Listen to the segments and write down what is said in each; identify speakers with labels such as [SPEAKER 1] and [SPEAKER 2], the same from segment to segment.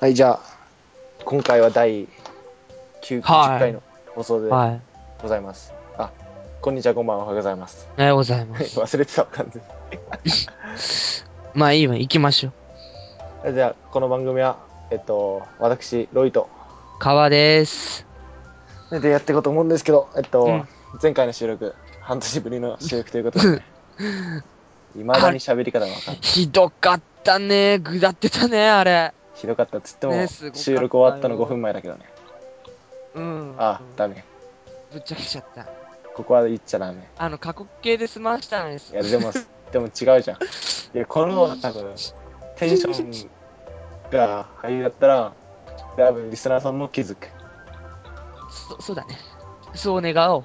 [SPEAKER 1] はい、じゃあ、今回は第9、
[SPEAKER 2] はい
[SPEAKER 1] 10回の放送で
[SPEAKER 2] はい。
[SPEAKER 1] ございます。あ、こんにちは、こんばんは、おはようございます。
[SPEAKER 2] ありがとうございま
[SPEAKER 1] はい
[SPEAKER 2] す。
[SPEAKER 1] 忘れてた、完全
[SPEAKER 2] まあいいわ、行きましょう。
[SPEAKER 1] に。 じゃあ、この番組は、えっと、私、ロイと、
[SPEAKER 2] 川です。
[SPEAKER 1] でやっていこうと思うんですけど、えっと、
[SPEAKER 2] うん
[SPEAKER 1] 前回の収録、半年ぶりの収録ということ で、いまだに喋り方がわかんない。
[SPEAKER 2] ひどかったね。ぐだってたね、あれ。
[SPEAKER 1] ひどかったっつっても、
[SPEAKER 2] ねすごかったよ
[SPEAKER 1] 収録終わったの5分前だけどね。
[SPEAKER 2] うん。
[SPEAKER 1] あ、ダメ。
[SPEAKER 2] ぶっちゃけちゃった。
[SPEAKER 1] ここは言っちゃダメ。
[SPEAKER 2] あの、過去形で済ましたのに。
[SPEAKER 1] いや、でも、でも違うじゃん。いや、この方が多分、テンションが俳優だったら、多分リスナーさんも気づく。
[SPEAKER 2] そ、そうだね。そう願おう。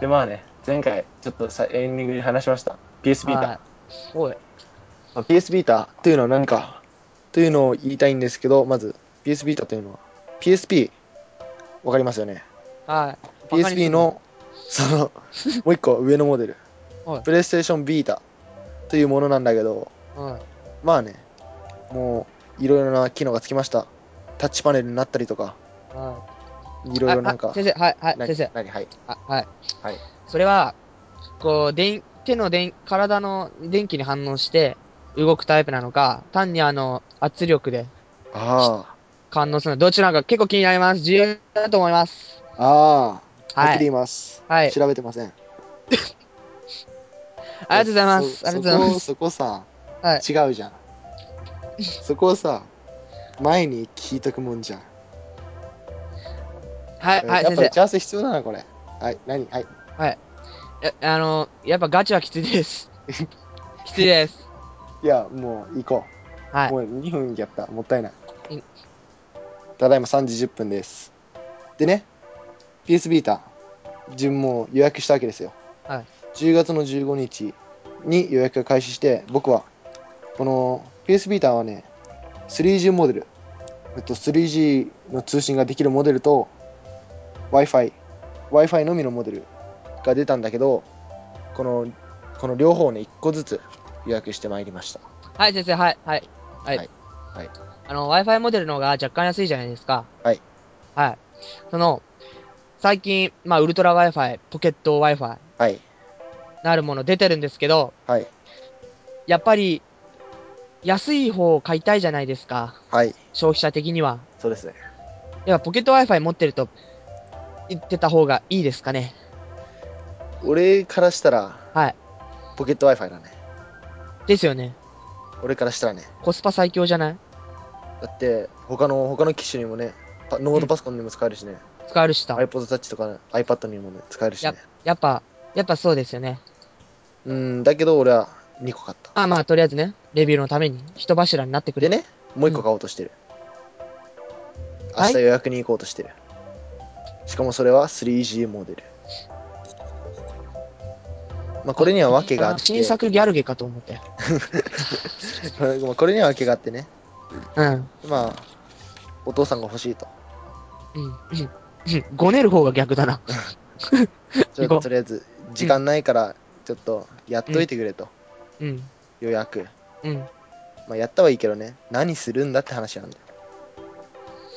[SPEAKER 1] で、まあね、前回、ちょっとさエンディングに話しました。PS ビーター。
[SPEAKER 2] はい。おい。
[SPEAKER 1] まあ、PS ビーターというのは何かというのを言いたいんですけど、まず PS ビーターというのは PSP、わかりますよね。
[SPEAKER 2] はい。バカにする
[SPEAKER 1] PSP の、そ の、もう一個上のモデル
[SPEAKER 2] は、い
[SPEAKER 1] プレイステーションビータというものなんだけど、
[SPEAKER 2] うん。
[SPEAKER 1] まあね、もういろいろな機能がつきました。タッチパネルになったりとか、
[SPEAKER 2] い
[SPEAKER 1] いろいろなんか。
[SPEAKER 2] 先生、はい、はい、
[SPEAKER 1] な
[SPEAKER 2] 先生。
[SPEAKER 1] 何はい。
[SPEAKER 2] あはい。
[SPEAKER 1] はい。
[SPEAKER 2] それは、こう、電、手の電、体の電気に反応して動くタイプなのか、単にあの、圧力で
[SPEAKER 1] あ
[SPEAKER 2] 感応するのどちらか結構気になります。重要だと思います。
[SPEAKER 1] あ。ああ。はっ
[SPEAKER 2] は
[SPEAKER 1] きり言
[SPEAKER 2] い。
[SPEAKER 1] います。
[SPEAKER 2] はい。あり
[SPEAKER 1] 調べてません。
[SPEAKER 2] がとうございます。
[SPEAKER 1] そ
[SPEAKER 2] ありがとうございます。
[SPEAKER 1] そこそこさ、
[SPEAKER 2] はい
[SPEAKER 1] 違うじゃん。そこをさ、前に聞いとくもんじゃん。
[SPEAKER 2] はい、はい、
[SPEAKER 1] やっ
[SPEAKER 2] 先
[SPEAKER 1] ぱ打
[SPEAKER 2] 生
[SPEAKER 1] ち合わせ必要だな、これ。はい、何はい。。
[SPEAKER 2] えあの、やっぱガチはきつ いです。きついです。
[SPEAKER 1] いや、もう行こう。
[SPEAKER 2] はい
[SPEAKER 1] も。う2分やった。もったいない
[SPEAKER 2] うん。
[SPEAKER 1] ただいま3時10分です。でね、PS ビータ、自分もう予約したわけですよ。
[SPEAKER 2] はい
[SPEAKER 1] 10月の15日に予約が開始して、僕は、この PS ビータはね、3G モデル、えっと、3G の通信ができるモデルと、Wi-Fi、Wi-Fi のみのモデルが出たんだけど、この、この両方をね、1個ずつ予約してまいりました。
[SPEAKER 2] はい、先生、はい、はい。はい。
[SPEAKER 1] はいはい
[SPEAKER 2] あの、Wi-Fi モデルの方が若干安いじゃないですか。
[SPEAKER 1] はい。
[SPEAKER 2] はい。その、最近、まあ、ウルトラ Wi-Fi、ポケット Wi-Fi
[SPEAKER 1] はい、
[SPEAKER 2] なるもの出てるんですけど、
[SPEAKER 1] はい、
[SPEAKER 2] やっぱり、安い方を買いたいじゃないですか。
[SPEAKER 1] はい、
[SPEAKER 2] 消費者的には。
[SPEAKER 1] そうですね。
[SPEAKER 2] やっぱポケット Wi-Fi 持ってると、言ってた方がいいですかね。
[SPEAKER 1] 俺からしたら、
[SPEAKER 2] はい。
[SPEAKER 1] ポケット Wi-Fi だね。
[SPEAKER 2] ですよね。
[SPEAKER 1] 俺からしたらね。
[SPEAKER 2] コスパ最強じゃない
[SPEAKER 1] だって、他の、他の機種にもね、パノートパソコンにも使えるしね、
[SPEAKER 2] 使えるしさ。
[SPEAKER 1] iPod Touch とか、iPad にもね、使えるしね。
[SPEAKER 2] やっぱ、やっぱそうですよね。
[SPEAKER 1] うん、だけど俺は2個買った。
[SPEAKER 2] あ、まあ、とりあえずね、レビューのために、人柱になってくれ
[SPEAKER 1] でね、もう1個買おうとしてる。明日予約に行こうとしてる。しかもそれは 3G モデル。まあ、これには訳があ
[SPEAKER 2] あ
[SPEAKER 1] っ
[SPEAKER 2] の
[SPEAKER 1] て、
[SPEAKER 2] 新作ギャルゲかと思って。
[SPEAKER 1] これには訳があってね、
[SPEAKER 2] うん。
[SPEAKER 1] まあ、お父さんが欲しいと。
[SPEAKER 2] うん。うんうん。ごねる方が逆だな。
[SPEAKER 1] ちょっ
[SPEAKER 2] 行ことう
[SPEAKER 1] とりあえず、時間ないから、ちょっとやっといてくれと、
[SPEAKER 2] うん。
[SPEAKER 1] 予約。
[SPEAKER 2] うん。
[SPEAKER 1] まあ、やったはいいけどね、何するんだって話なんだよ。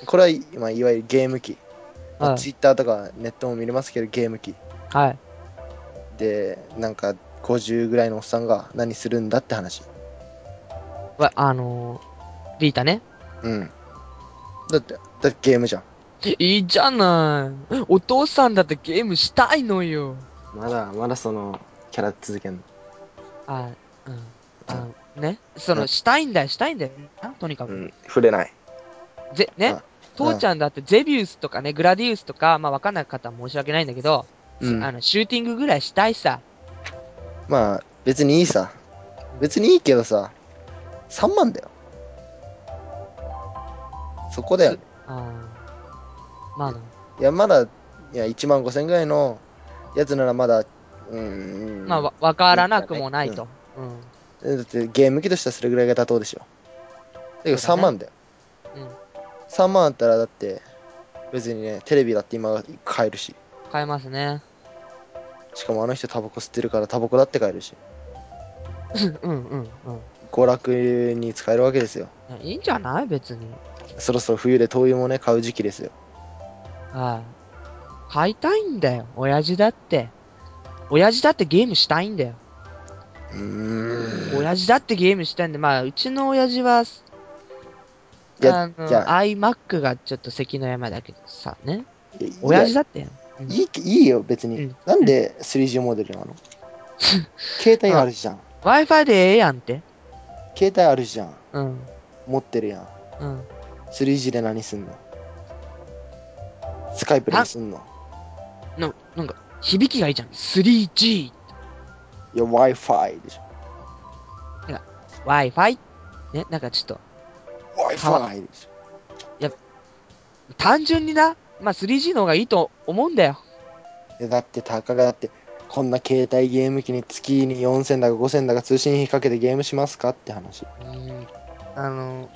[SPEAKER 1] これは、まあ、いわゆるゲーム機。まあ
[SPEAKER 2] はい。
[SPEAKER 1] Twitter とかネットも見れますけど、ゲーム機。
[SPEAKER 2] はい。
[SPEAKER 1] で、なんか、50ぐらいのおっさんが何するんだって話。
[SPEAKER 2] わあのー、ビータね。
[SPEAKER 1] うん。だって、だってゲームじゃん。
[SPEAKER 2] いいじゃない。お父さんだってゲームしたいのよ。
[SPEAKER 1] まだ、まだその、キャラ続けんの。
[SPEAKER 2] あ、うん。あね。その、したいんだよ、したいんだよ。なとにか
[SPEAKER 1] う
[SPEAKER 2] く。
[SPEAKER 1] ん、触れない。
[SPEAKER 2] ぜ、ね
[SPEAKER 1] あ。
[SPEAKER 2] 父ちゃんだってゼビウスとかね、グラディウスとか、まあわかんない方は申し訳ないんだけど、
[SPEAKER 1] うん。
[SPEAKER 2] あの、シューティングぐらいしたいさ。
[SPEAKER 1] まあ、別にいいさ。別にいいけどさ、3万だよ。そこだよね。
[SPEAKER 2] あーまあな、
[SPEAKER 1] いや、まだ、いや、1万5千ぐらいのやつならまだ、うーん。
[SPEAKER 2] まあわ、わからなくもないと。うん。
[SPEAKER 1] だってゲーム機としてはそれぐらいが妥当でしょ。だけど
[SPEAKER 2] そ
[SPEAKER 1] 3
[SPEAKER 2] うだね
[SPEAKER 1] 万だよ。
[SPEAKER 2] うん。
[SPEAKER 1] 3万あったらだって、別にね、テレビだって今買えるし。
[SPEAKER 2] 買えますね。
[SPEAKER 1] しかもあの人タバコ吸ってるからタバコだって買えるし。
[SPEAKER 2] うんうんうん。
[SPEAKER 1] 娯楽に使えるわけですよ。
[SPEAKER 2] いいんじゃない別に。
[SPEAKER 1] そろそろ冬で灯油もね、買う時期ですよ。
[SPEAKER 2] はい。買いたいんだよ。親父だって。親父だってゲームしたいんだよ。
[SPEAKER 1] うーん。
[SPEAKER 2] 親父だってゲームしたいんで、まあ、うちの親父は、
[SPEAKER 1] いや
[SPEAKER 2] あの、
[SPEAKER 1] いや
[SPEAKER 2] iMac がちょっと関の山だけどさ、ね。
[SPEAKER 1] いや
[SPEAKER 2] 親父だってよ。うん
[SPEAKER 1] いいいいよ、別に。
[SPEAKER 2] うん
[SPEAKER 1] なんで 3G モデル なの携帯あるじゃん。
[SPEAKER 2] Wi-Fi でええやんって。
[SPEAKER 1] 携帯あるじゃん。
[SPEAKER 2] うん。
[SPEAKER 1] 持ってるやん。
[SPEAKER 2] うん。
[SPEAKER 1] 3G で何すんのスカイプですんの
[SPEAKER 2] な、なんか、響きがいいじゃん。3G。
[SPEAKER 1] いや、Wi-Fi でしょ。
[SPEAKER 2] Wi-Fi。ね、なんかちょっと、
[SPEAKER 1] Wi-Fi でしょ。
[SPEAKER 2] 単純にな、まあ 3G の方がいいと思うんだよ。
[SPEAKER 1] いやだって、たかがだって、こんな携帯ゲーム機に月に4000だか5000だか通信費かけてゲームしますかって話。
[SPEAKER 2] うん。あの、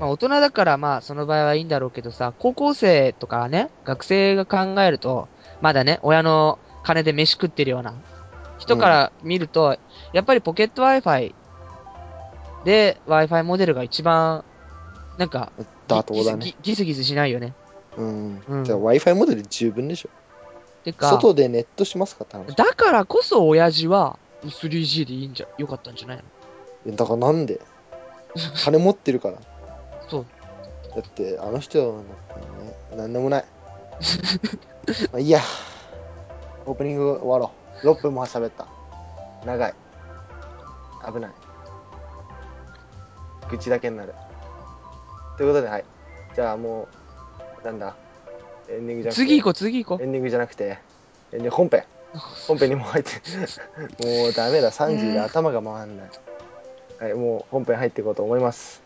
[SPEAKER 2] まあ大人だからまあその場合はいいんだろうけどさ、高校生とかね、学生が考えると、まだね、親の金で飯食ってるような人から見ると、やっぱりポケット Wi-Fi で Wi-Fi モデルが一番、なんか、
[SPEAKER 1] 妥当だね。
[SPEAKER 2] ギギスギギスギスしないよね。
[SPEAKER 1] うん。
[SPEAKER 2] うん
[SPEAKER 1] じゃあ Wi-Fi モデル十分でしょ。
[SPEAKER 2] てか、
[SPEAKER 1] 外でネットしますかって話。
[SPEAKER 2] だからこそ親父は 3G でいいんじゃ、よかったんじゃないの
[SPEAKER 1] いやだからなんで金持ってるから。だ
[SPEAKER 2] そう。
[SPEAKER 1] って、あの人はね、なんでもない。 まあいいや。オープニング終わろう。6分も喋った。長い。危ない。愚痴だけになる。ということで、はい。じゃあもう、なんだ。エンディングじゃなくて。
[SPEAKER 2] 次行こう、次行こ
[SPEAKER 1] エンディングじゃなくて、エンディング本編。本編にも 入って、もうダメだ、3時で頭が回んない。はい、もう本編入っていこうと思います。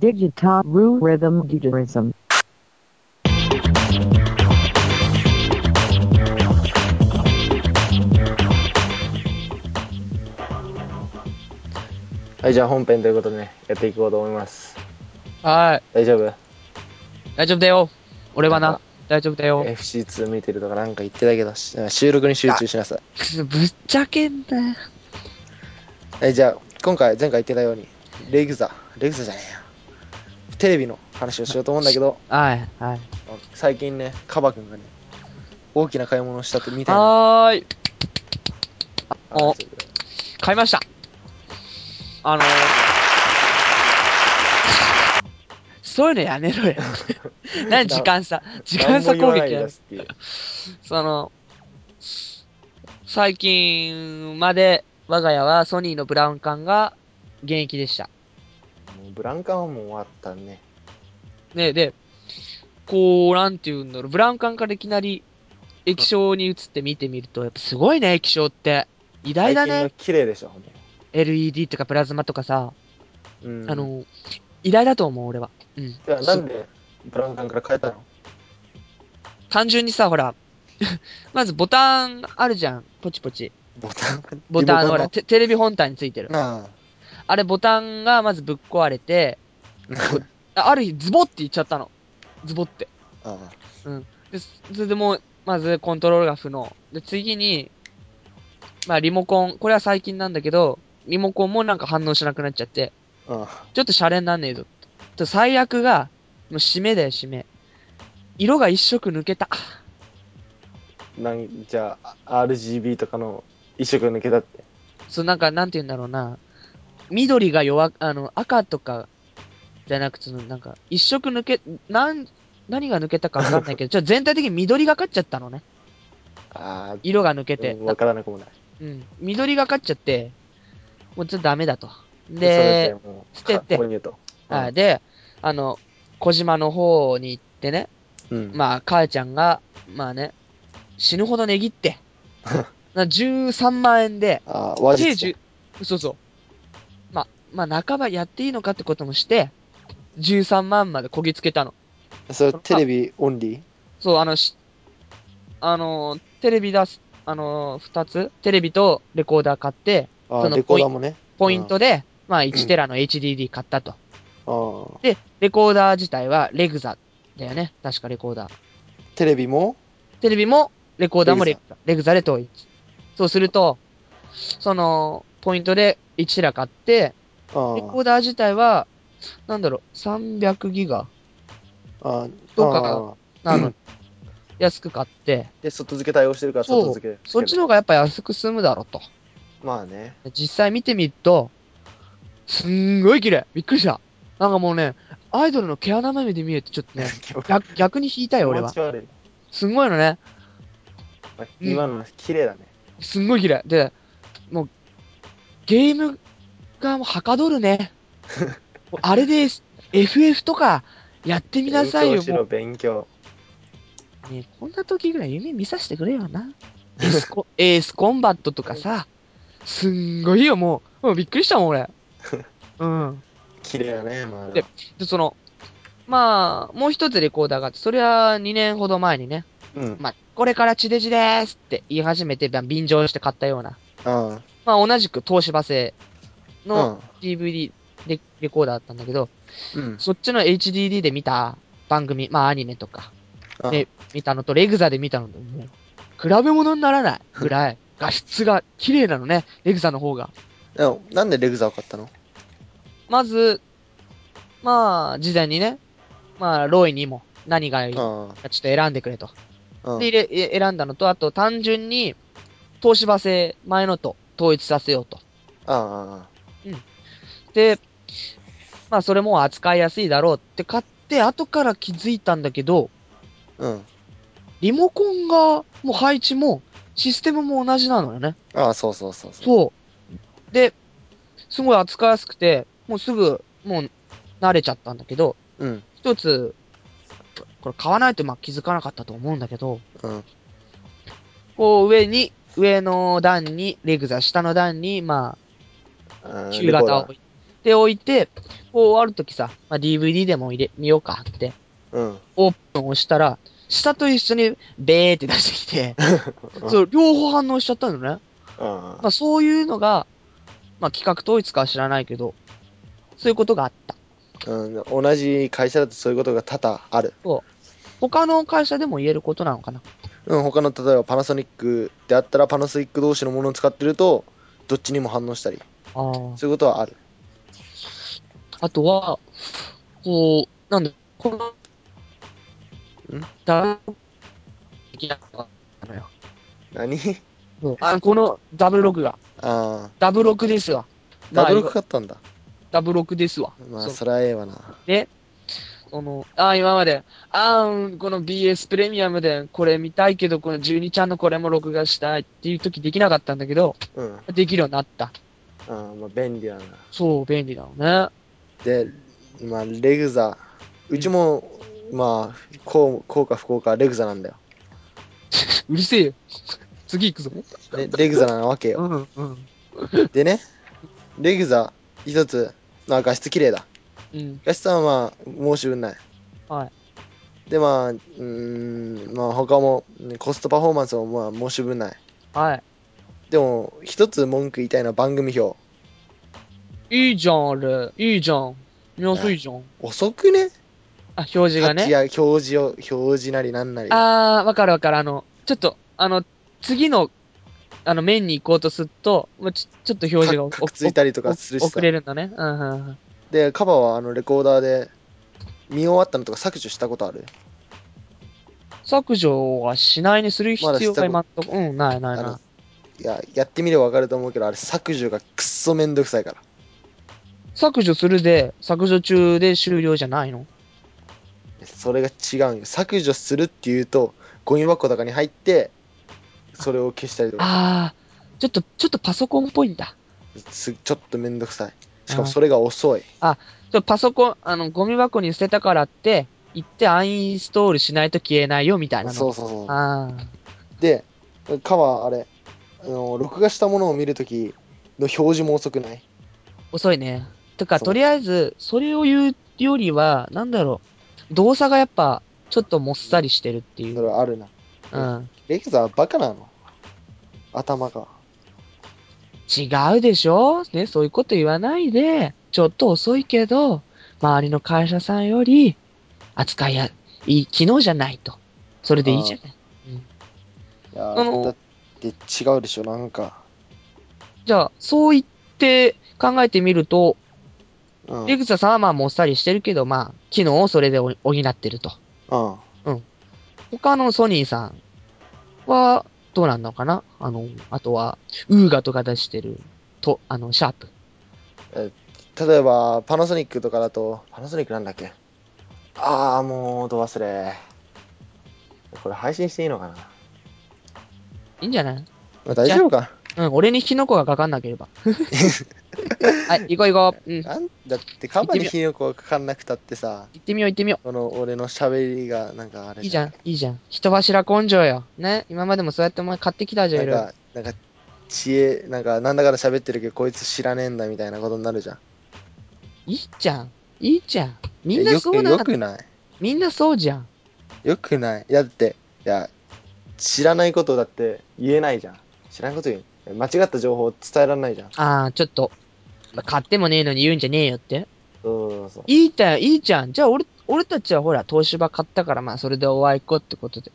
[SPEAKER 3] Digitaru rhythm guitarism.
[SPEAKER 1] はい、じゃあ本編ということでね、やっていこうと思います。
[SPEAKER 2] う。は
[SPEAKER 1] 大丈夫
[SPEAKER 2] ーい。大丈夫だよ。俺は
[SPEAKER 1] なん
[SPEAKER 2] な
[SPEAKER 1] か、
[SPEAKER 2] 大丈夫だよ。
[SPEAKER 1] ?FC2 見てるとかなんか言ってたけど、し収録に集中しなさい。
[SPEAKER 2] ぶっちゃけんだよ。
[SPEAKER 1] はい、じゃあ、今回、前回言ってたように、レグザ、レグザじゃねえや。テレビの話をしようと思うんだけど、
[SPEAKER 2] はい、はい。
[SPEAKER 1] 最近ね、カバ君がね、大きな買い物をしたってみたいな
[SPEAKER 2] はーい。
[SPEAKER 1] 話を
[SPEAKER 2] お買いました。あ のー、そういうのやめ ろよ。何時間差。時間差
[SPEAKER 1] 何も言
[SPEAKER 2] 攻撃
[SPEAKER 1] わない
[SPEAKER 2] や
[SPEAKER 1] で
[SPEAKER 2] め
[SPEAKER 1] すっていう
[SPEAKER 2] その、最近まで我が家はソニーのブラウン管が現役でした。
[SPEAKER 1] もうブランカンはもう終わったね。
[SPEAKER 2] ね、で、こう、なんて言うんだろう、ブラウン管からいきなり液晶に移って見てみると、やっぱすごいね、液晶って。偉大
[SPEAKER 1] 最
[SPEAKER 2] だ
[SPEAKER 1] 近の
[SPEAKER 2] ね。
[SPEAKER 1] 綺麗でしょ、も
[SPEAKER 2] LED とかプラズマとかさ、
[SPEAKER 1] ううん
[SPEAKER 2] あの、偉大だと思う、俺は。うん。
[SPEAKER 1] いや、なん
[SPEAKER 2] そ
[SPEAKER 1] でブラウン管から変えたの
[SPEAKER 2] 単純にさ、ほら、 まずボタンあるじゃん、ポチポチ。
[SPEAKER 1] ボタン
[SPEAKER 2] ボタン、
[SPEAKER 1] リモ
[SPEAKER 2] ほ
[SPEAKER 1] コ
[SPEAKER 2] ら、テテレビ本体についてる。
[SPEAKER 1] なあ。
[SPEAKER 2] あれ、ボタンがまずぶっ壊れて、あある日、ズボっていっちゃったの。ズボって。
[SPEAKER 1] あ
[SPEAKER 2] で、そそれでもう、まずコントロールが不能。で、次に、まあリモコン、これは最近なんだけど、リモコンもなんか反応しなくなっちゃって、
[SPEAKER 1] あ。あ
[SPEAKER 2] ちょっとシャレになんねえぞ。と最悪が、もう締めだよ、締め。色が一色抜けた。
[SPEAKER 1] あ。なんじゃあ、RGB とかの一色抜けたって。
[SPEAKER 2] そう、なんか、なんて言うんだろうな。緑が弱く、あの、赤とか、じゃなくて、そのなんか、一色抜け、なん、何が抜けたかわかん ないけど、ちょっと全体的に緑がかっちゃったのね。
[SPEAKER 1] あ
[SPEAKER 2] 色が抜け
[SPEAKER 1] あ、
[SPEAKER 2] て。
[SPEAKER 1] わからなくもない。
[SPEAKER 2] うん。緑がかっちゃって、もうちょっとダメだと。
[SPEAKER 1] で
[SPEAKER 2] で、、
[SPEAKER 1] それもう
[SPEAKER 2] 捨てて
[SPEAKER 1] か購入と。
[SPEAKER 2] あで、あの、小島の方に行ってね、
[SPEAKER 1] うん。
[SPEAKER 2] まあ、母ちゃんが、まあね、死ぬほど値切 って、な13万円で、
[SPEAKER 1] ああ、和
[SPEAKER 2] 計
[SPEAKER 1] 術
[SPEAKER 2] 10。、そうそう。まあ、まあ、半ばやっていいのかってこともして、13万までこぎつけたの。
[SPEAKER 1] それテレビオンリー
[SPEAKER 2] そう、あの、し、あの、テレビ出す、あの、二つ、テレビとレコーダー買って、
[SPEAKER 1] あ
[SPEAKER 2] そ
[SPEAKER 1] あ、
[SPEAKER 2] の
[SPEAKER 1] レコーダーもね。
[SPEAKER 2] ポイントで、まあ、1テラの HDD 買ったと。
[SPEAKER 1] ああ
[SPEAKER 2] で、レコーダー自体はレグザだよね。確かレコーダー。
[SPEAKER 1] テレビも
[SPEAKER 2] テレビもレコーダーもレグザ。レグザで統一。そうすると、その、ポイントで1ら買って、
[SPEAKER 1] あ
[SPEAKER 2] レコーダー自体は、なんだろう、300ギガ
[SPEAKER 1] あああ
[SPEAKER 2] どうかな
[SPEAKER 1] あ
[SPEAKER 2] な のに、安く買って、
[SPEAKER 1] で外付け対応してるから
[SPEAKER 2] そう
[SPEAKER 1] 外付け
[SPEAKER 2] そっちの方がやっぱ安く済むだろうと。
[SPEAKER 1] まあね
[SPEAKER 2] 実際見てみると、すんごい綺麗びっくりしたなんかもうね、アイドルの毛穴目で見えてちょっとね、 逆逆に引いたよ俺は
[SPEAKER 1] 気持。ち悪い
[SPEAKER 2] すんごいのね。
[SPEAKER 1] まあ今の綺麗だね
[SPEAKER 2] すんごい綺麗。で、もう、ゲームがもうはかど るね。もうあれで FF とかやってみなさい
[SPEAKER 1] 勉強
[SPEAKER 2] よ。
[SPEAKER 1] し
[SPEAKER 2] も
[SPEAKER 1] ろ勉強
[SPEAKER 2] うね、こんな時ぐらい夢見させてくれよな。エスコ エースコンバットとかさ、すんごいよ、もう。もうびっくりしたもん、俺。うん。
[SPEAKER 1] 綺麗だねまあ
[SPEAKER 2] でで、その、まあ、もう一つレコーダーがあって、それは2年ほど前にね、
[SPEAKER 1] うん
[SPEAKER 2] まあ、これから地デジでーすって言い始めて、まあ便乗して買ったような。
[SPEAKER 1] あ
[SPEAKER 2] まあ、同じく東芝製
[SPEAKER 1] あ
[SPEAKER 2] の DVD レレコーダーだったんだけど、
[SPEAKER 1] うん
[SPEAKER 2] そっちの HDD で見た番組、まあアニメとか、
[SPEAKER 1] あ
[SPEAKER 2] で見たのとレグザで見たのと、もう、比べ物にならないぐらい画質が綺麗なのね、レグザの方が。
[SPEAKER 1] でもなんでレグザを買ったの
[SPEAKER 2] まず、まあ、事前にね、まあ、ロイにも何がいいか
[SPEAKER 1] あ
[SPEAKER 2] ちょっと選んでくれと。
[SPEAKER 1] あああ
[SPEAKER 2] で、入れえ選んだのと、あと単純に、東芝製前のと統一させようと。
[SPEAKER 1] ああ
[SPEAKER 2] で、まあそれも扱いやすいだろうって買って、後から気づいたんだけど、
[SPEAKER 1] うん
[SPEAKER 2] リモコンが、もう配置も、システムも同じなのよね。
[SPEAKER 1] ああそうそうそうそう
[SPEAKER 2] そう。で、すごい扱いやすくて、もうすぐ、もう慣れちゃったんだけど、
[SPEAKER 1] うん
[SPEAKER 2] 一つ、これ買わないとまあ気づかなかったと思うんだけど、
[SPEAKER 1] うん
[SPEAKER 2] こう上に、上の段にレグザ、下の段に、まあ、
[SPEAKER 1] ああ
[SPEAKER 2] 旧型を置いておいて、こうあるときさ、まあ、DVD でも入れ、見ようかって、
[SPEAKER 1] うん
[SPEAKER 2] オープンを押したら、下と一緒にベーって出してきて、そう、両方反応しちゃったのね。
[SPEAKER 1] あ
[SPEAKER 2] まあそういうのが、まあ企画統一かは知らないけど、そういうことがあった。
[SPEAKER 1] あうん同じ会社だとそういうことが多々ある
[SPEAKER 2] 他の会社でも言えることなのかな。
[SPEAKER 1] うん他の例えばパナソニックであったらパナソニック同士のものを使ってるとどっちにも反応したり
[SPEAKER 2] あ
[SPEAKER 1] そういうことはある
[SPEAKER 2] あとは、こう、なんだ、この、
[SPEAKER 1] ん
[SPEAKER 2] ダブル、できなかったのよ。
[SPEAKER 1] 何
[SPEAKER 2] そうあこのダブルログが、
[SPEAKER 1] ああ
[SPEAKER 2] ダブロクですわ。
[SPEAKER 1] ダブルかかったんだ
[SPEAKER 2] ダブロクですわ。
[SPEAKER 1] まあ
[SPEAKER 2] そう
[SPEAKER 1] そりゃええわな
[SPEAKER 2] その、ああ、今まで、ああ、うんこの BS プレミアムでこれ見たいけど、この12ちゃんのこれも録画したいっていう時できなかったんだけど、
[SPEAKER 1] うんあ
[SPEAKER 2] できるようになった。
[SPEAKER 1] あまあ便利だな
[SPEAKER 2] そう、便利だよね。
[SPEAKER 1] で、まあ、レグザ、うちも、まあ、こう、こうか不幸か、レグザなんだよ。
[SPEAKER 2] うるせえよ。 次行くぞ。
[SPEAKER 1] ね、レグザなわけ
[SPEAKER 2] う
[SPEAKER 1] よ。
[SPEAKER 2] ん、うん。
[SPEAKER 1] でね、レグザ、一つ、まあ、画質綺麗だ。
[SPEAKER 2] うん、
[SPEAKER 1] 画質はまあ、申し分ない。
[SPEAKER 2] はい。
[SPEAKER 1] で、まあ、うーん、まあ、他も、うんコストパフォーマンスもまあ、申し分ない。
[SPEAKER 2] は
[SPEAKER 1] でも、一つ文句言いたいのは番組表。
[SPEAKER 2] い。いいじゃん、あれ。いいじゃん。見やすいじゃん。
[SPEAKER 1] 遅くね
[SPEAKER 2] あ、表示が
[SPEAKER 1] 立ち
[SPEAKER 2] ね。
[SPEAKER 1] や表示を、表示なりなんなり。
[SPEAKER 2] ああ、わかるわかる。あの、ちょっと、あの、次の、あの、面に行こうとすると、まあちょちょっと表示がお
[SPEAKER 1] カクカクついたりとかするし
[SPEAKER 2] 遅
[SPEAKER 1] さ。
[SPEAKER 2] れるんだね。うん、うん、うん。
[SPEAKER 1] で、カバはあのレコーダーで見終わったのとか削除したことある
[SPEAKER 2] 削除はしないにする必要
[SPEAKER 1] まだした
[SPEAKER 2] が
[SPEAKER 1] こ
[SPEAKER 2] 今んとこ、うん、ないない
[SPEAKER 1] あ
[SPEAKER 2] ない
[SPEAKER 1] の。いや、やってみればわかると思うけど、あれ削除がくっそめんどくさいから。
[SPEAKER 2] 削除するで、削除中で終了じゃないの
[SPEAKER 1] それが違うんよ。削除するっていうと、ゴミ箱とかに入って、それを消したりとか、
[SPEAKER 2] ああ、ちょっと、ちょっとパソコンっぽいんだ。
[SPEAKER 1] すちょっとめんどくさい。しか
[SPEAKER 2] あ
[SPEAKER 1] も
[SPEAKER 2] ー
[SPEAKER 1] それが遅い。
[SPEAKER 2] ちょパソコン、あの、ゴミ箱に捨てたからって、行ってアンインストールしないと消えないよ、みたいなの。
[SPEAKER 1] そうそうそ
[SPEAKER 2] ああ、
[SPEAKER 1] う。で、カバあれ、あの録画したものを見るときの表示も遅くない
[SPEAKER 2] 遅いね。てか、
[SPEAKER 1] そう
[SPEAKER 2] とりあえず、それを言うよりは、なんだろう。動作がやっぱ、ちょっともっさりしてるってい。
[SPEAKER 1] そうれはあるな。
[SPEAKER 2] うん。
[SPEAKER 1] レクザはバカなの頭が。
[SPEAKER 2] 違うでしょね、そういうこと言わないで、ちょっと遅いけど、周りの会社さんより、扱いや、いい、機能じゃないと。それでいいじゃない。
[SPEAKER 1] いや
[SPEAKER 2] あの
[SPEAKER 1] だって違うでしょなんか、
[SPEAKER 2] じゃあ、そう言って考えてみると、
[SPEAKER 1] うん、
[SPEAKER 2] レグザさんはまあもっさりしてるけど、まあ、機能をそれで補ってると。
[SPEAKER 1] うん
[SPEAKER 2] 他のソニーさんは、どうなんのかなあの、あとは、ウーガとか出してる、と、あの、シャープ。
[SPEAKER 1] 例えばパナソニックとかだとパナソニックなんだっけああもうど忘れこれ配信していいのかな、
[SPEAKER 2] いいんじゃない
[SPEAKER 1] まあ、大丈夫か
[SPEAKER 2] うん、俺にキノコがかかんな ければ。はい、行こう行こう。うん、行
[SPEAKER 1] なんだってカバーに火の粉がかかんなくたってさ
[SPEAKER 2] ってみよう行ってみよ
[SPEAKER 1] この俺の喋りがなんかあ
[SPEAKER 2] う。
[SPEAKER 1] れ
[SPEAKER 2] いいじゃん、いいじゃん。人柱根性よ。ね、今までもそうやってお前買ってきたじゃん、い
[SPEAKER 1] なん
[SPEAKER 2] ろいろ。
[SPEAKER 1] かなんか知恵なんかなんだから喋ってるけどこいつ知らねえんだみたいなことになるじゃん
[SPEAKER 2] いいじゃん、いいじゃん。みん
[SPEAKER 1] いや
[SPEAKER 2] な
[SPEAKER 1] よ
[SPEAKER 2] そう
[SPEAKER 1] く
[SPEAKER 2] な
[SPEAKER 1] よ
[SPEAKER 2] んだ。
[SPEAKER 1] くない
[SPEAKER 2] みんなそうじゃん。
[SPEAKER 1] よくないいやだっていや知らないことだって言えないじゃん知らないこと言う間違った情報を伝えられないじゃん
[SPEAKER 2] あー、ちょっと。ま買ってもねえのに言うんじゃねえよって。
[SPEAKER 1] そうそうそう
[SPEAKER 2] いいじゃん、いいじゃん。じゃあ俺、俺たちはほら、東芝買ったから、まあそれでお会いこうってことで。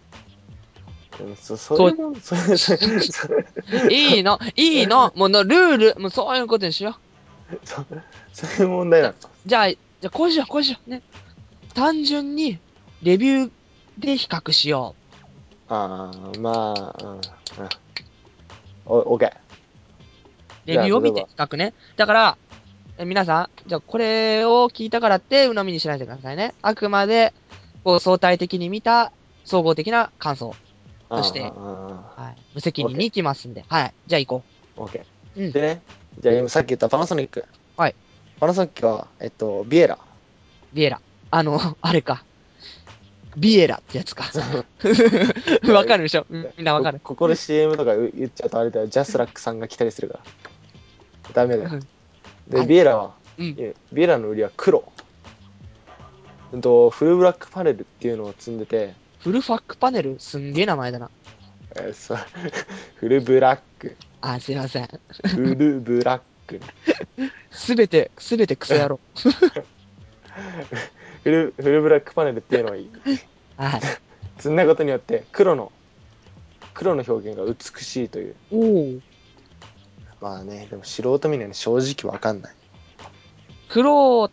[SPEAKER 1] うんそそういうもんそういうそういうそう
[SPEAKER 2] いいの、いいの、もうのルール、もうそういうことにしよ
[SPEAKER 1] そういう問題なの
[SPEAKER 2] う。じゃあ、じゃあこうしよう、こうしよう。ね。単純に、レビューで比較しよ
[SPEAKER 1] ああまあうんうんお OK
[SPEAKER 2] う。レビューを見
[SPEAKER 1] じゃ
[SPEAKER 2] て
[SPEAKER 1] あ
[SPEAKER 2] 比較ね。だから、え皆さん、じゃあこれを聞いたからって鵜呑みにしないでくださいね。あくまで、こう相対的に見た総合的な感想。そしてはい。無責任に行きますんで。はい。じゃあ行こ
[SPEAKER 1] OK
[SPEAKER 2] うん
[SPEAKER 1] でねじゃあ今さっき言ったパナソニック
[SPEAKER 2] はい
[SPEAKER 1] パナソニックはえっとビエラ
[SPEAKER 2] う。ビエラ。あの、 あれか。ビエラってやつか。 わかるでしょうんみんなわかる。
[SPEAKER 1] こここで CM とか言っちゃうとあれだよジャスラックさんが来たりするからダメだよ
[SPEAKER 2] は
[SPEAKER 1] で
[SPEAKER 2] い
[SPEAKER 1] ビエラは、
[SPEAKER 2] うん
[SPEAKER 1] いやビエラの売りは黒うんとフルブラックパネルっていうのを積んでて、
[SPEAKER 2] フルファックパネルすんげえ名前だな。
[SPEAKER 1] えーそう フルブラック
[SPEAKER 2] あ、すいません。
[SPEAKER 1] フルブラック
[SPEAKER 2] すべて、すべてクソ野郎。
[SPEAKER 1] フルフルブラックパネルっていうのを
[SPEAKER 2] はい。
[SPEAKER 1] 積んだことによって黒の黒の表現が美しいという
[SPEAKER 2] おお。
[SPEAKER 1] まあねでも素人みんなに正直わかんない
[SPEAKER 2] 黒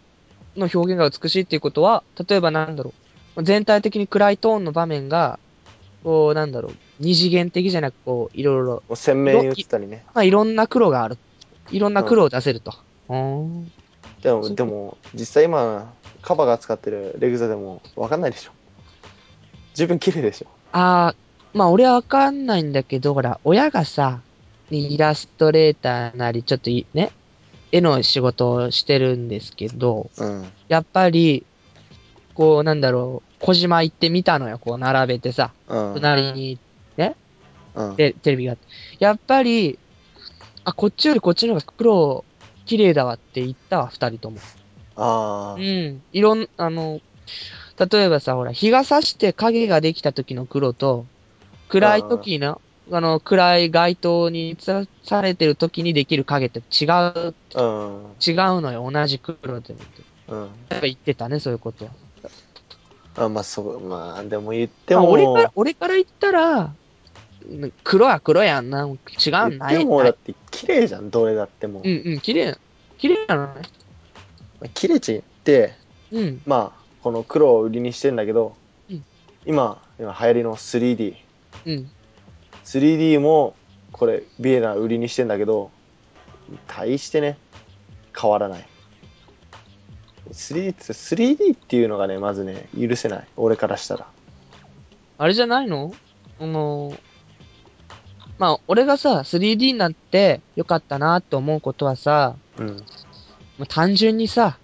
[SPEAKER 2] の表現が美しいっていうことは、例えばなんだろう。全体的に暗いトーンの場面が、こう、なんだろう。二次元的じゃなく、こう、いろいろ、
[SPEAKER 1] もう鮮明に映ったりね
[SPEAKER 2] まあ、いろんな黒がある。いろんな黒を出せると。うん。
[SPEAKER 1] で
[SPEAKER 2] そ
[SPEAKER 1] も
[SPEAKER 2] う
[SPEAKER 1] でも実際今カバが使ってるレグザでもわかんないでしょ十分綺麗でしょ
[SPEAKER 2] あー、まあ俺はわかんないんだけど、ほら、親がさ、イラストレーターなり、ちょっといね、絵の仕事をしてるんですけど、
[SPEAKER 1] うん
[SPEAKER 2] やっぱり、こう、なんだろう、小島行ってみたのよ、こう、並べてさ、
[SPEAKER 1] うん
[SPEAKER 2] 隣に
[SPEAKER 1] うん
[SPEAKER 2] テテレビがあって。やっぱり、あ、こっちよりこっちの方が黒、綺麗だわって言ったわ、二人とも。
[SPEAKER 1] ああ
[SPEAKER 2] うん。いろん、あの、例えばさ、ほら、日が差して影ができた時の黒と、暗い時の、あの、暗い街灯にさされてる時にできる影って違う、
[SPEAKER 1] うん
[SPEAKER 2] 違うのよ、同じ黒でも。
[SPEAKER 1] うん
[SPEAKER 2] やっぱ言ってたね、そういうことは。
[SPEAKER 1] あまあそうまあでも言って
[SPEAKER 2] まあ
[SPEAKER 1] も
[SPEAKER 2] 俺から、俺から言ったら、うん黒は黒やんな、違うん
[SPEAKER 1] 言
[SPEAKER 2] な
[SPEAKER 1] って
[SPEAKER 2] い。
[SPEAKER 1] もだ
[SPEAKER 2] ない
[SPEAKER 1] って綺麗じゃんどれだってもう
[SPEAKER 2] うんうん、綺麗、綺麗なのね。
[SPEAKER 1] まあ綺麗ちって
[SPEAKER 2] うん。
[SPEAKER 1] まあこの黒を売りにしてんだけど、
[SPEAKER 2] うん
[SPEAKER 1] 今今流行りの 3D
[SPEAKER 2] うん。
[SPEAKER 1] 3D もこれビエナ売りにしてんだけど大してね変わらない 3D って 3D っていうのがねまずね許せない俺からしたら
[SPEAKER 2] あれじゃないのあの、まあ、俺がさ、3D になってよかったなと思うことはさ、
[SPEAKER 1] うん
[SPEAKER 2] まあ単純にさ、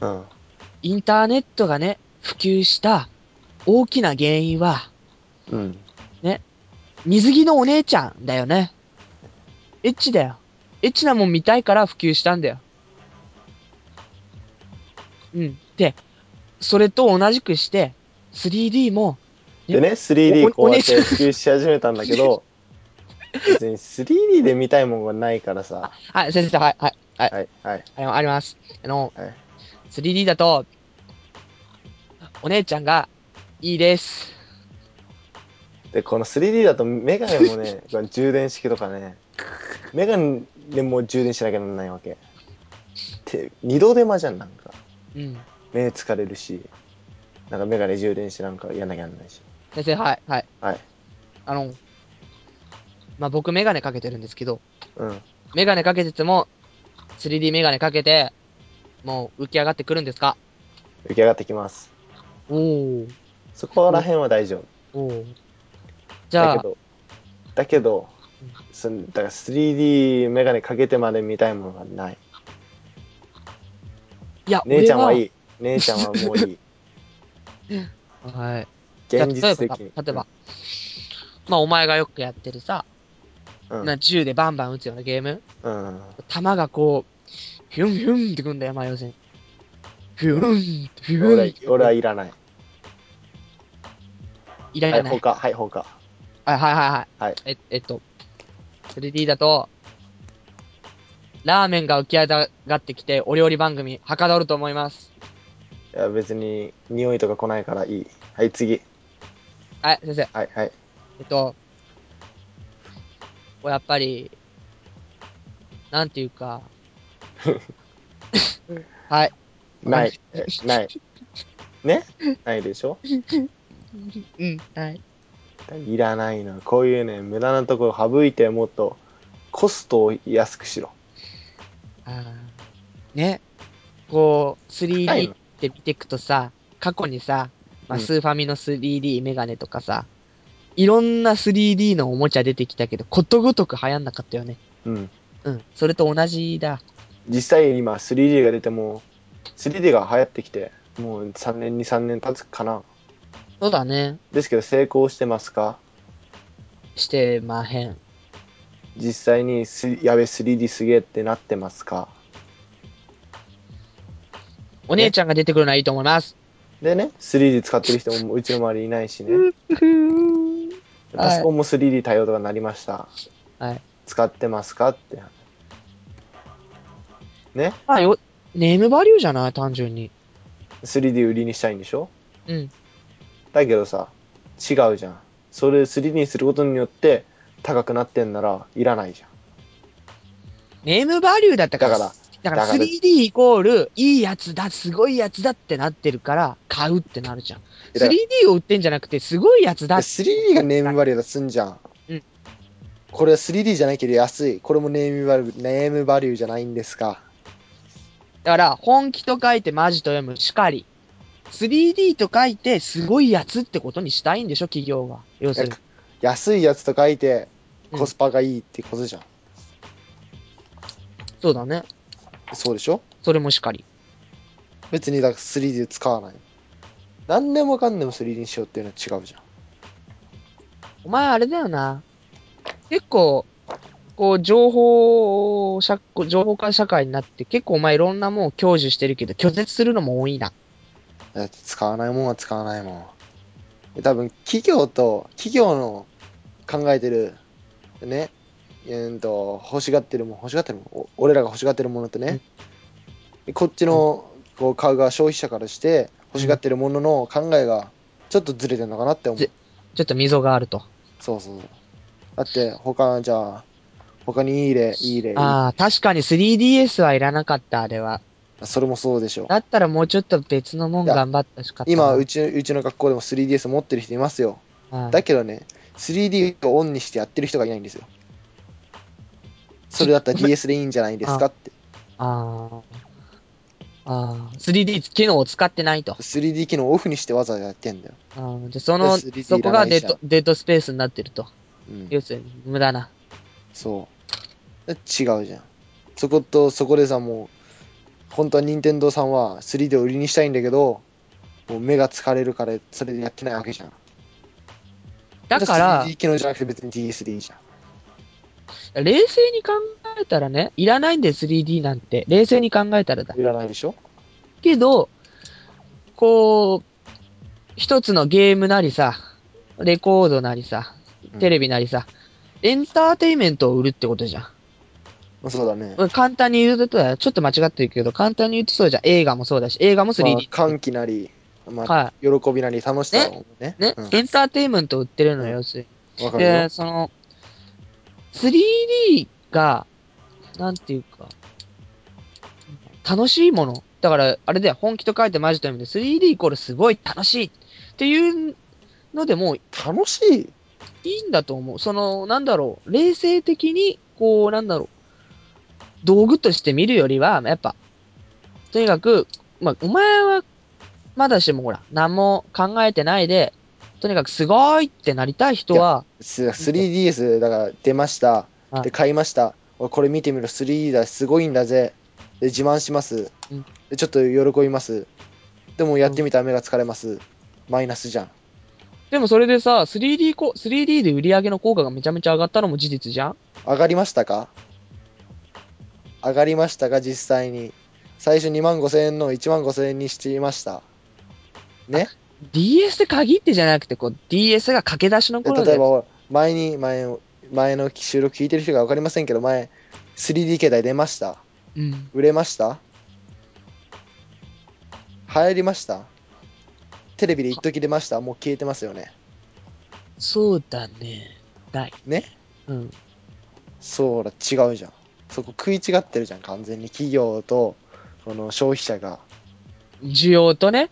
[SPEAKER 1] うん
[SPEAKER 2] インターネットがね、普及した大きな原因は、
[SPEAKER 1] うん
[SPEAKER 2] 水着のお姉ちゃんだよね。エッチだよ。エッチなもん見たいから普及したんだよ。うん。で、それと同じくして、3D も、
[SPEAKER 1] でね 3D
[SPEAKER 2] お
[SPEAKER 1] こうやっ
[SPEAKER 2] お
[SPEAKER 1] て
[SPEAKER 2] 姉
[SPEAKER 1] 普及し始めたんだけど別に 3D で見たいもんがないからさ
[SPEAKER 2] はい、先生、はい、はい、
[SPEAKER 1] はいはい
[SPEAKER 2] ありあります。あの、
[SPEAKER 1] はい
[SPEAKER 2] 3D だと、お姉ちゃんがいいです。
[SPEAKER 4] で、この 3D だとメガネも ね、この充電式とかね、メガネも充電しなきゃならないわけ。って、二度手間じゃん、なんか。
[SPEAKER 2] うん。
[SPEAKER 4] 目疲れるし、なんかメガネ充電してなんかやんなきゃならないし。
[SPEAKER 2] 先生、はい、はい。
[SPEAKER 4] はい。
[SPEAKER 2] あの、まあ、僕メガネかけてるんですけど、
[SPEAKER 4] うん。
[SPEAKER 2] メガネかけてても、3D メガネかけて、もう浮き上がってくるんですか
[SPEAKER 4] 浮き上がってきます。
[SPEAKER 2] おお
[SPEAKER 4] そこら辺は大丈夫。
[SPEAKER 2] おおじゃ
[SPEAKER 4] だ
[SPEAKER 2] あ
[SPEAKER 4] け、ど、だけど
[SPEAKER 2] うん、
[SPEAKER 4] そのだから 3D メガネかけてまで見たいものがない。
[SPEAKER 2] いや、
[SPEAKER 4] 姉ちゃんはい
[SPEAKER 2] い。
[SPEAKER 4] い。姉ちゃんはもういい。
[SPEAKER 2] はい。 じゃあ
[SPEAKER 4] 現
[SPEAKER 2] 例
[SPEAKER 4] 実
[SPEAKER 2] えば
[SPEAKER 4] 的
[SPEAKER 2] か、
[SPEAKER 4] に。
[SPEAKER 2] 例えば、まあ、お前がよくやってるさ、
[SPEAKER 4] うん。うん。
[SPEAKER 2] な銃でバンバン撃つようなゲーム
[SPEAKER 4] うん。
[SPEAKER 2] 弾がこう、ヒュンヒュンってくんだよ、まあ、要するに。ヒュンって、ヒュ
[SPEAKER 4] 俺
[SPEAKER 2] ン
[SPEAKER 4] は
[SPEAKER 2] って。
[SPEAKER 4] 俺はいらない。
[SPEAKER 2] いら
[SPEAKER 4] はい、
[SPEAKER 2] ない。
[SPEAKER 4] 他、はい、他。
[SPEAKER 2] はいはいはいはい。
[SPEAKER 4] はい
[SPEAKER 2] ええっと、3D だと、ラーメンが浮き上がってきて、お料理番組、はかどると思います。
[SPEAKER 4] いや、別に、匂いとか来ないからいい。はい、次。
[SPEAKER 2] はい、先生。
[SPEAKER 4] はい、はい。
[SPEAKER 2] えっと、これやっぱり、なんていう か、はい。
[SPEAKER 4] ない。えない。ねないでしょ
[SPEAKER 2] うん、はい。
[SPEAKER 4] いらないの。こういうね、無駄なところ省いて、もっと、コストを安くしろ。
[SPEAKER 2] あーね。こう、
[SPEAKER 4] は
[SPEAKER 2] 3D
[SPEAKER 4] い
[SPEAKER 2] って見ていくとさ、過去にさ、まあ、
[SPEAKER 4] うん
[SPEAKER 2] スーファミの 3D メガネとかさ、いろんな 3D のおもちゃ出てきたけど、ことごとく流行んなかったよね。
[SPEAKER 4] うん。
[SPEAKER 2] うん。それと同じだ。
[SPEAKER 4] 実際今 3D が出ても 3D が流行ってきてもう3年23年経つかな
[SPEAKER 2] そうだね。
[SPEAKER 4] ですけど成功してますか
[SPEAKER 2] してまへん。
[SPEAKER 4] 実際にすやべ 3D すげえってなってますか
[SPEAKER 2] お姉ちゃんが出てくるのはいいと思います。
[SPEAKER 4] でね 3D 使ってる人もうちの周りいないしねパソコンも 3D 対応とかなりました
[SPEAKER 2] はい
[SPEAKER 4] 使ってますかってね
[SPEAKER 2] あよ、ネームバリューじゃない単純に。
[SPEAKER 4] 3D 売りにしたいんでしょ
[SPEAKER 2] うん。
[SPEAKER 4] だけどさ違うじゃんそれ 3D にすることによって高くなってんならいらないじゃん
[SPEAKER 2] ネームバリューだったから。
[SPEAKER 4] だから
[SPEAKER 2] だか
[SPEAKER 4] だか
[SPEAKER 2] ら
[SPEAKER 4] ら
[SPEAKER 2] 3D イコール、いいやつだ、すごいやつだってなってるから、買うってなるじゃん。
[SPEAKER 4] だから
[SPEAKER 2] 3D を売ってんじゃなくて、すごいやつだ
[SPEAKER 1] で。3D がネームバリューだとすんじゃん。
[SPEAKER 2] うん
[SPEAKER 1] これは 3D じゃないけど安い。これもネームバリュー、ネームバリューじゃないんですか。
[SPEAKER 2] だから、本気と書いてマジと読む、しかり。3D と書いて、すごいやつってことにしたいんでしょ、企業が。要するに。
[SPEAKER 1] 安いやつと書いて
[SPEAKER 2] うん
[SPEAKER 1] コスパがいいってことじゃん。
[SPEAKER 2] そうだね。
[SPEAKER 1] そうでしょ
[SPEAKER 2] それもしかり。
[SPEAKER 1] 別にだから 3D で使わない。何でもかんでも 3D にしようっていうのは違うじゃん。
[SPEAKER 2] お前あれだよな。結構、こう、情報社、情報化社会になって、結構お前いろんなもん享受してるけど、拒絶するのも多いな。
[SPEAKER 1] だって使わないもんは使わないもん。多分企業と企業の考えてるね、うーんと欲しがってるもん欲しがってるもんお俺らが欲しがってるものとね、こっちのこう買う側消費者からして欲しがってるものの考えがちょっとずれてるのかなって思う。
[SPEAKER 2] ぜちょっと溝があると。
[SPEAKER 1] そうそうそう。だって他じゃあ他にいい例いい例
[SPEAKER 2] ああ、確かに 3DS はいらなかった、あれは。
[SPEAKER 1] それもそうでしょ。
[SPEAKER 2] だったらもうちょっと別のもん
[SPEAKER 1] いや
[SPEAKER 2] 頑張ってほしかったな。
[SPEAKER 1] 今うちうちの学校でも 3DS 持ってる人いますよ。
[SPEAKER 2] はい
[SPEAKER 1] だけどね、3D をオンにしてやってる人がいないんですよ。それだったら DS でいいんじゃないですかって。
[SPEAKER 2] ああ。ああ。3D 機能を使ってないと。
[SPEAKER 1] 3D 機能をオフにしてわざわざやってんだよ。
[SPEAKER 2] あーじゃあその、
[SPEAKER 1] 3D
[SPEAKER 2] そこが
[SPEAKER 1] い
[SPEAKER 2] デッ
[SPEAKER 1] ら
[SPEAKER 2] ド
[SPEAKER 1] な、
[SPEAKER 2] デッドスペースになってると。
[SPEAKER 1] うん、
[SPEAKER 2] 要するに、無駄な。
[SPEAKER 1] そう。違うじゃん。そこと、そこでさ、もう、本当は任天堂さんは 3D を売りにしたいんだけど、もう目が疲れるから、それでやってないわけじゃん。
[SPEAKER 2] だから、
[SPEAKER 1] 3D 機能じゃなくて別に DS でいいじゃん。
[SPEAKER 2] 冷静に考えたらね、いらないんだよ、3D なんて。冷静に考えたらだ。
[SPEAKER 1] いらないでしょ
[SPEAKER 2] けど、こう、一つのゲームなりさ、レコードなりさ、テレビなりさ、エンターテイメントを売るってことじゃん。
[SPEAKER 1] まあそうだね。
[SPEAKER 2] うん簡単に言うとだよ、ちょっと間違ってるけど、簡単に言うとそうじゃん。映画もそうだし、映画も
[SPEAKER 1] まあ
[SPEAKER 2] 3D。
[SPEAKER 1] 歓喜なり、まあ、
[SPEAKER 2] は
[SPEAKER 1] 喜びなり楽しさをね。
[SPEAKER 2] い。ね、
[SPEAKER 1] うん
[SPEAKER 2] エンターテインメントを売ってるのよ、要する
[SPEAKER 1] わか
[SPEAKER 2] に。
[SPEAKER 1] るよ
[SPEAKER 2] で、。その、3D が、なんていうか、楽しいもの。だから、あれだよ、本気と書いてマジという意味で、3D イコールすごい楽しいっていうのでもう
[SPEAKER 1] 楽しい
[SPEAKER 2] いいんだと思う。その、なんだろう、冷静的に、こう、なんだろう、道具として見るよりは、やっぱ、とにかく、まあ、お前は、まだしもほら、何も考えてないで、とにかくすごいってなりたい人は、
[SPEAKER 1] す 3DS だから出ました
[SPEAKER 2] はい。
[SPEAKER 1] で、買いました。おいこれ見てみろ、3D だ、すごいんだぜ。で、自慢します
[SPEAKER 2] うん。
[SPEAKER 1] で、ちょっと喜びます。でもやってみたら目が疲れます。マイナスじゃん。
[SPEAKER 2] でもそれでさ、3D こ、3D で売り上げの効果がめちゃめちゃ上がったのも事実じゃん
[SPEAKER 1] 上がりましたか上がりましたか実際に。最初2万5千円の1万5千円にしていました。ね
[SPEAKER 2] ?DS で限ってじゃなくて、こう、DS が駆け出しの
[SPEAKER 1] で
[SPEAKER 2] 頃
[SPEAKER 1] 例
[SPEAKER 2] で
[SPEAKER 1] え、ば前に前前の収録聞いてる人が分かりませんけど前 3D 携帯出ました
[SPEAKER 2] うん。
[SPEAKER 1] 売れました流行りましたテレビで一時出ましたもう消えてますよね
[SPEAKER 2] そうだね。ない。
[SPEAKER 1] ね
[SPEAKER 2] うん。
[SPEAKER 1] そうだ違うじゃんそこ食い違ってるじゃん完全に企業とこの消費者が
[SPEAKER 2] 需要とね、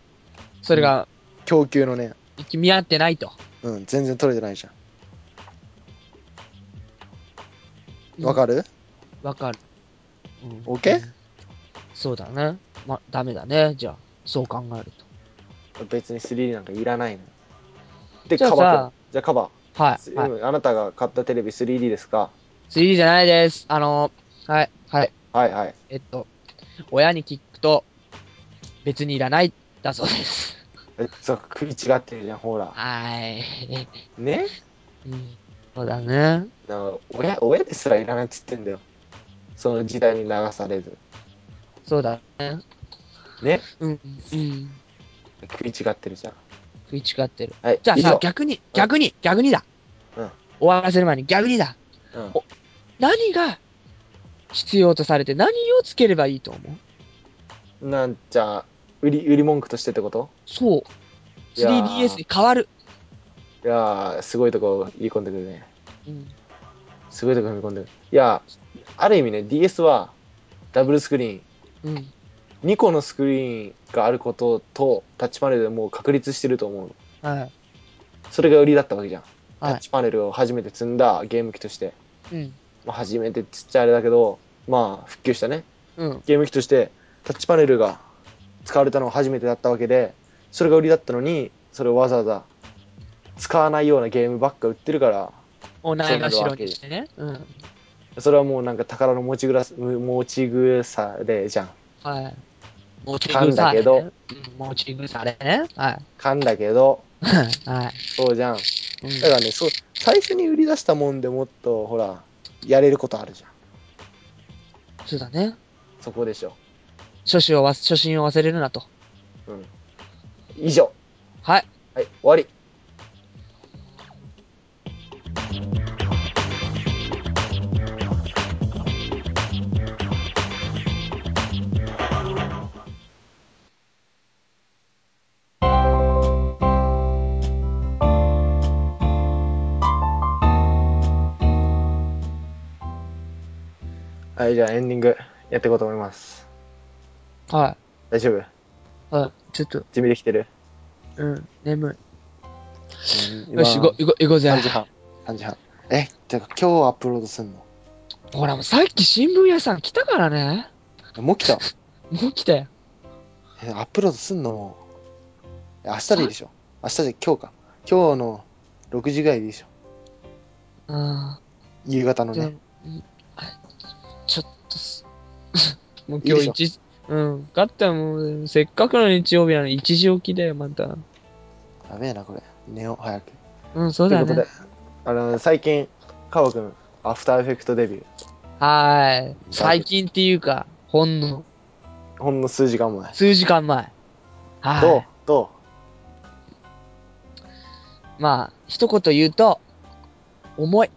[SPEAKER 2] それが、
[SPEAKER 1] 供給のね
[SPEAKER 2] 行き見合ってないと。
[SPEAKER 1] うん全然取れてないじゃんわかる、
[SPEAKER 2] わかる。うん。
[SPEAKER 1] OK？
[SPEAKER 2] そうだね。ま、ダメだね。じゃあ、そう考える
[SPEAKER 4] 別に 3D なんかいらないので
[SPEAKER 2] じゃあ
[SPEAKER 4] カ
[SPEAKER 2] さ
[SPEAKER 4] バー君じゃあカバ
[SPEAKER 2] と。はい。
[SPEAKER 4] ー、
[SPEAKER 2] はい、
[SPEAKER 4] うんあなたが買ったテレビ 3D ですか
[SPEAKER 2] 3D じゃないです。あのーはい、はい。
[SPEAKER 4] はいはい
[SPEAKER 2] えっと、親に聞くと、別にいらない、だそうです。
[SPEAKER 4] えそう食い違ってるじゃんほら
[SPEAKER 2] はーい。
[SPEAKER 4] ね
[SPEAKER 2] うんそうだね。
[SPEAKER 4] なんか親親ですらいらないっつってんだよその時代に流されず
[SPEAKER 2] そうだね。
[SPEAKER 4] ね
[SPEAKER 2] うん、うん。
[SPEAKER 4] 食い違ってるじゃん
[SPEAKER 2] 食い違ってる。
[SPEAKER 4] はい
[SPEAKER 2] じゃあ
[SPEAKER 4] 以
[SPEAKER 2] さ
[SPEAKER 4] 上、
[SPEAKER 2] 逆に、逆に、逆にだ。
[SPEAKER 4] うん
[SPEAKER 2] 終わらせる前に逆にだ。
[SPEAKER 4] うん
[SPEAKER 2] お何が必要とされて何をつければいいと思う
[SPEAKER 4] なんじゃあ売り売り文句としてってこと
[SPEAKER 2] そう。
[SPEAKER 4] いやー
[SPEAKER 2] 3DS に変わる。
[SPEAKER 4] いやーすごいとこ言い込んでくるね
[SPEAKER 2] うん。
[SPEAKER 4] すごいとこ踏み込んでくるいやーある意味ね DS はダブルスクリーン
[SPEAKER 2] うん。
[SPEAKER 4] 2個のスクリーンがあることとタッチパネルでもう確立してると思うの
[SPEAKER 2] はい。
[SPEAKER 4] それが売りだったわけじゃん、
[SPEAKER 2] はい
[SPEAKER 4] タッチパネルを初めて積んだゲーム機として、
[SPEAKER 2] うん。
[SPEAKER 4] まあ、初めてちっちゃいあれだけどまあ復旧したね
[SPEAKER 2] うん。
[SPEAKER 4] ゲーム機としてタッチパネルが使われたのは初めてだったわけでそれが売りだったのにそれをわざわざ使わないようなゲームばっか売ってるから
[SPEAKER 2] おないが白にしてね。うん。
[SPEAKER 4] それはもうなんか宝の持ちぐら持ち草でじゃん
[SPEAKER 2] はい。持ち
[SPEAKER 4] 噛んだけど
[SPEAKER 2] ね。うん持ち腐れね。は
[SPEAKER 4] かんだけど
[SPEAKER 2] い。はい。
[SPEAKER 4] そうじゃん
[SPEAKER 2] うん
[SPEAKER 4] だからねそう最初に売り出したもんでもっとほらやれることあるじゃん
[SPEAKER 2] そうだね。
[SPEAKER 4] そこでしょ
[SPEAKER 2] 初心を忘、初心を忘れるなと。
[SPEAKER 4] 以上
[SPEAKER 2] はい。
[SPEAKER 4] はい終わりはいじゃあエンディングやっていこうと思います
[SPEAKER 2] は
[SPEAKER 4] 大丈夫
[SPEAKER 2] い。はい。ちょっと、
[SPEAKER 4] 準備できてる
[SPEAKER 2] うん。眠い。
[SPEAKER 4] 今
[SPEAKER 2] よし、行こう、行こう、行こうぜ。
[SPEAKER 4] 3時半
[SPEAKER 1] 3時半えてか今日アップロードすんの
[SPEAKER 2] ほら、もうさっき新聞屋さん来たからね。
[SPEAKER 1] もう来た
[SPEAKER 2] もう来たよ。
[SPEAKER 1] えアップロードすんのもうえ明日でいいでしょ明日で今日か今日の6時ぐらいでいいでしょ
[SPEAKER 2] うん。
[SPEAKER 1] 夕方の
[SPEAKER 2] でも、
[SPEAKER 1] ね
[SPEAKER 2] うんあちょっとす、 もう
[SPEAKER 1] いい
[SPEAKER 2] 今
[SPEAKER 1] で
[SPEAKER 2] 日
[SPEAKER 1] しょ
[SPEAKER 2] 一、うん。だったらもう、せっかくの日曜日なのに一時起きだよ、また。
[SPEAKER 1] やべえなこれ寝よう早く
[SPEAKER 2] うん、そう
[SPEAKER 4] とい
[SPEAKER 2] だ
[SPEAKER 4] うこと
[SPEAKER 2] ね
[SPEAKER 4] で。、あの、最近、カバ君、アフターエフェクトデビュー。
[SPEAKER 2] はーい。最近っていうか、ほんの
[SPEAKER 4] ほんの数時間前。
[SPEAKER 2] 数時間
[SPEAKER 4] ど
[SPEAKER 2] 前。は
[SPEAKER 4] うど
[SPEAKER 2] い。まあ、一言言うと、重い。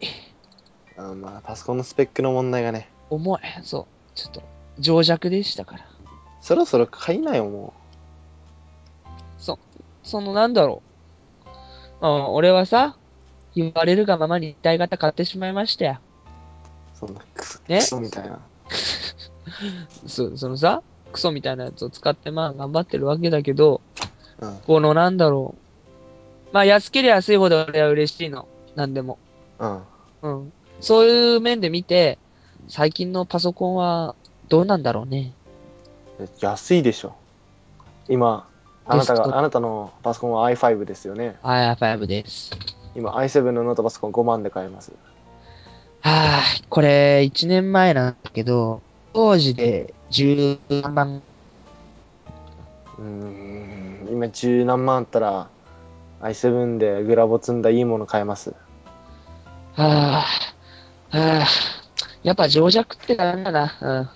[SPEAKER 4] うあまあ、パソコンのスペックの問題がね、
[SPEAKER 2] 重い。そう。ちょっと、情弱でしたから。
[SPEAKER 1] そろそろ買いなよ、も
[SPEAKER 2] その、なんだろう。うん、俺はさ、言われるがままに一体型買ってしまいましたよ。
[SPEAKER 1] う。そんなクソ,、
[SPEAKER 2] ね
[SPEAKER 1] クソみたいな。
[SPEAKER 2] そそのさ、クソみたいなやつを使ってまあ頑張ってるわけだけど、
[SPEAKER 1] うん。
[SPEAKER 2] このなんだろう。まあ安ければ安いほど俺は嬉しいの。なんでも。
[SPEAKER 1] うん。
[SPEAKER 2] うん。そういう面で見て、最近のパソコンはどうなんだろうね。
[SPEAKER 1] 安いでしょ。今、あなた
[SPEAKER 2] デスクト
[SPEAKER 1] が、
[SPEAKER 2] ップ
[SPEAKER 1] あなたのパソコンは i5 ですよね。
[SPEAKER 2] i5 です。
[SPEAKER 1] 今 i7 のノートパソコン5万で買えます。
[SPEAKER 2] はぁ、これ1年前なんだけど、当時で13万、
[SPEAKER 1] うーん、今十何万あったら i7 でグラボ積んだいいもの買えます。
[SPEAKER 2] はぁ、はぁ、やっぱ情弱ってダメだな。
[SPEAKER 1] うん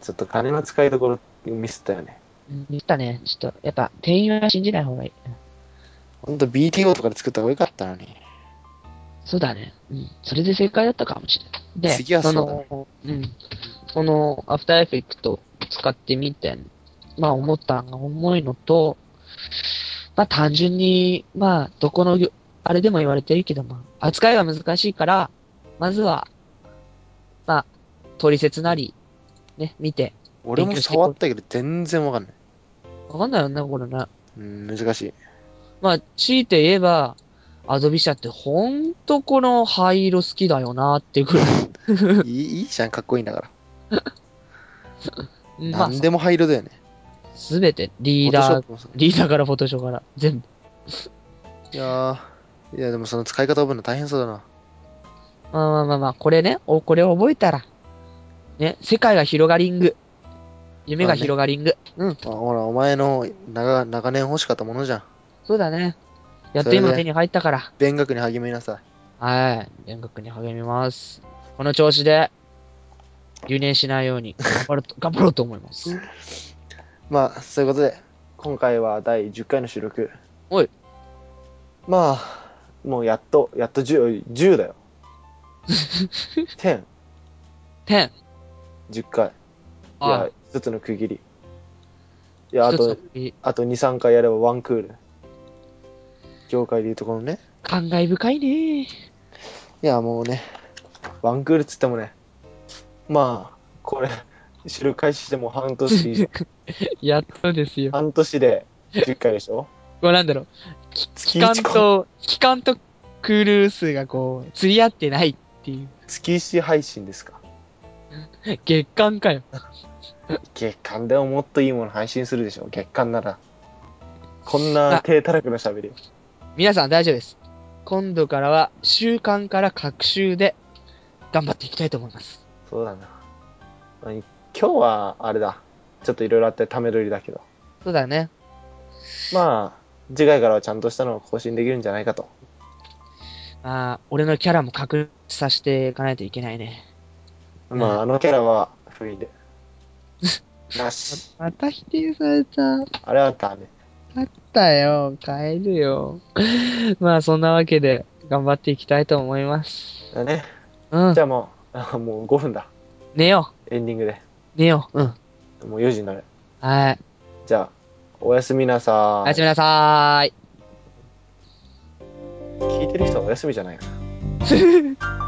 [SPEAKER 1] ちょっと金の使いどころミスったよね。
[SPEAKER 2] うん。見たね。ちょっと、やっぱ店員は信じない方がいい。うん
[SPEAKER 5] ほんと BTO とかで作った方がよかったのに。
[SPEAKER 2] そうだね。うん。それで正解だったかもしれない。で、
[SPEAKER 5] 次はそうだね
[SPEAKER 2] の、うん。この、アフターエフェクト使ってみて、まあ思ったのが重いのと、まあ単純に、まあ、どこの業、あれでも言われてるけど、まあ、扱いが難しいから、まずは、まあ、取説なり、ね、見て。
[SPEAKER 5] 俺も触ったけど全然わかんない。
[SPEAKER 2] わかんないよね、これね。
[SPEAKER 5] うん、難しい。
[SPEAKER 2] まあ、強いて言えば、アドビ社ってほんとこの灰色好きだよなっていうぐらい。
[SPEAKER 5] いいいいじゃん、かっこいいんだから。
[SPEAKER 2] うんま
[SPEAKER 5] な
[SPEAKER 2] あ
[SPEAKER 5] んでも灰色だよね。
[SPEAKER 2] すべて、リー
[SPEAKER 5] フォトショ
[SPEAKER 2] ダ
[SPEAKER 5] ッ
[SPEAKER 2] ー、
[SPEAKER 5] プもそう
[SPEAKER 2] リーダーからフォトショーから、全部。
[SPEAKER 5] いやーいやでもその使い方覚えるの大変そうだな。
[SPEAKER 2] まあまあまあまあ、これね、おこれを覚えたら、ね、世界が広がりんぐ。夢が広がりんぐ。うん、
[SPEAKER 5] あほら、お前の長長年欲しかったものじゃん。
[SPEAKER 2] そうだね。やっ
[SPEAKER 5] そ
[SPEAKER 2] と
[SPEAKER 5] れで
[SPEAKER 2] 今手に入ったから。
[SPEAKER 5] 勉学に励みなさ
[SPEAKER 2] はい。勉学に励みます。この調子で、留年しないように、頑張ると、頑張ろうと思います。
[SPEAKER 5] い。まあ、そういうことで、
[SPEAKER 1] 今回は第10回の収録。
[SPEAKER 2] おい。
[SPEAKER 1] まあ、もうやっと、やっと 10, 10だよ。10、
[SPEAKER 2] てん。
[SPEAKER 1] 10回。い
[SPEAKER 2] あ
[SPEAKER 1] や、一つの区切り。いや、あ
[SPEAKER 2] 一つの
[SPEAKER 1] と、
[SPEAKER 2] 区切り
[SPEAKER 1] あと2、3回やればワンクール。
[SPEAKER 5] 業界でいうところのね。
[SPEAKER 2] 感慨深いね。
[SPEAKER 5] いや、もうね、
[SPEAKER 1] ワンクールっつってもね、まあ、これ、収録開始してもう半年以上、
[SPEAKER 2] やっとですよ。
[SPEAKER 1] 半年で10回でしょ
[SPEAKER 2] こうなんだろう。き
[SPEAKER 1] 月
[SPEAKER 2] 期間
[SPEAKER 1] 一公
[SPEAKER 2] と、期間とクール数がこう、釣り合ってないっていう。
[SPEAKER 1] 月1配信ですか
[SPEAKER 2] 月間かよ。
[SPEAKER 1] 月間でももっといいもの配信するでしょ月間なら。こんな低たらくの喋り。
[SPEAKER 2] 皆さん大丈夫です。今度からは、週間から各週で、頑張っていきたいと思います。
[SPEAKER 1] そうだな。あ今日は、あれだ。ちょっといろいろあってため撮りだけど。
[SPEAKER 2] そうだね。
[SPEAKER 1] まあ、次回からはちゃんとしたのを更新できるんじゃないかと。
[SPEAKER 2] まあ、俺のキャラも確立させていかないといけないね。
[SPEAKER 1] まあ、あのキャラは不意で。なし。
[SPEAKER 2] また否定された。
[SPEAKER 1] あれはダメ。
[SPEAKER 2] だよ。変えるよ。 まあ、そんなわけで、頑張っていきたいと思います。
[SPEAKER 1] だね。
[SPEAKER 2] うん
[SPEAKER 1] じ。ゃあもう、あもう5分だ。
[SPEAKER 2] 寝よ
[SPEAKER 1] エンディングで。
[SPEAKER 2] う。寝よう。うん。
[SPEAKER 1] もう4時になる。
[SPEAKER 2] はい。
[SPEAKER 1] じゃあ、おやすみなさ
[SPEAKER 2] お
[SPEAKER 1] ー
[SPEAKER 2] や
[SPEAKER 1] い
[SPEAKER 2] す。みなさーい。
[SPEAKER 1] 聞いてる人はお休みじゃないかな。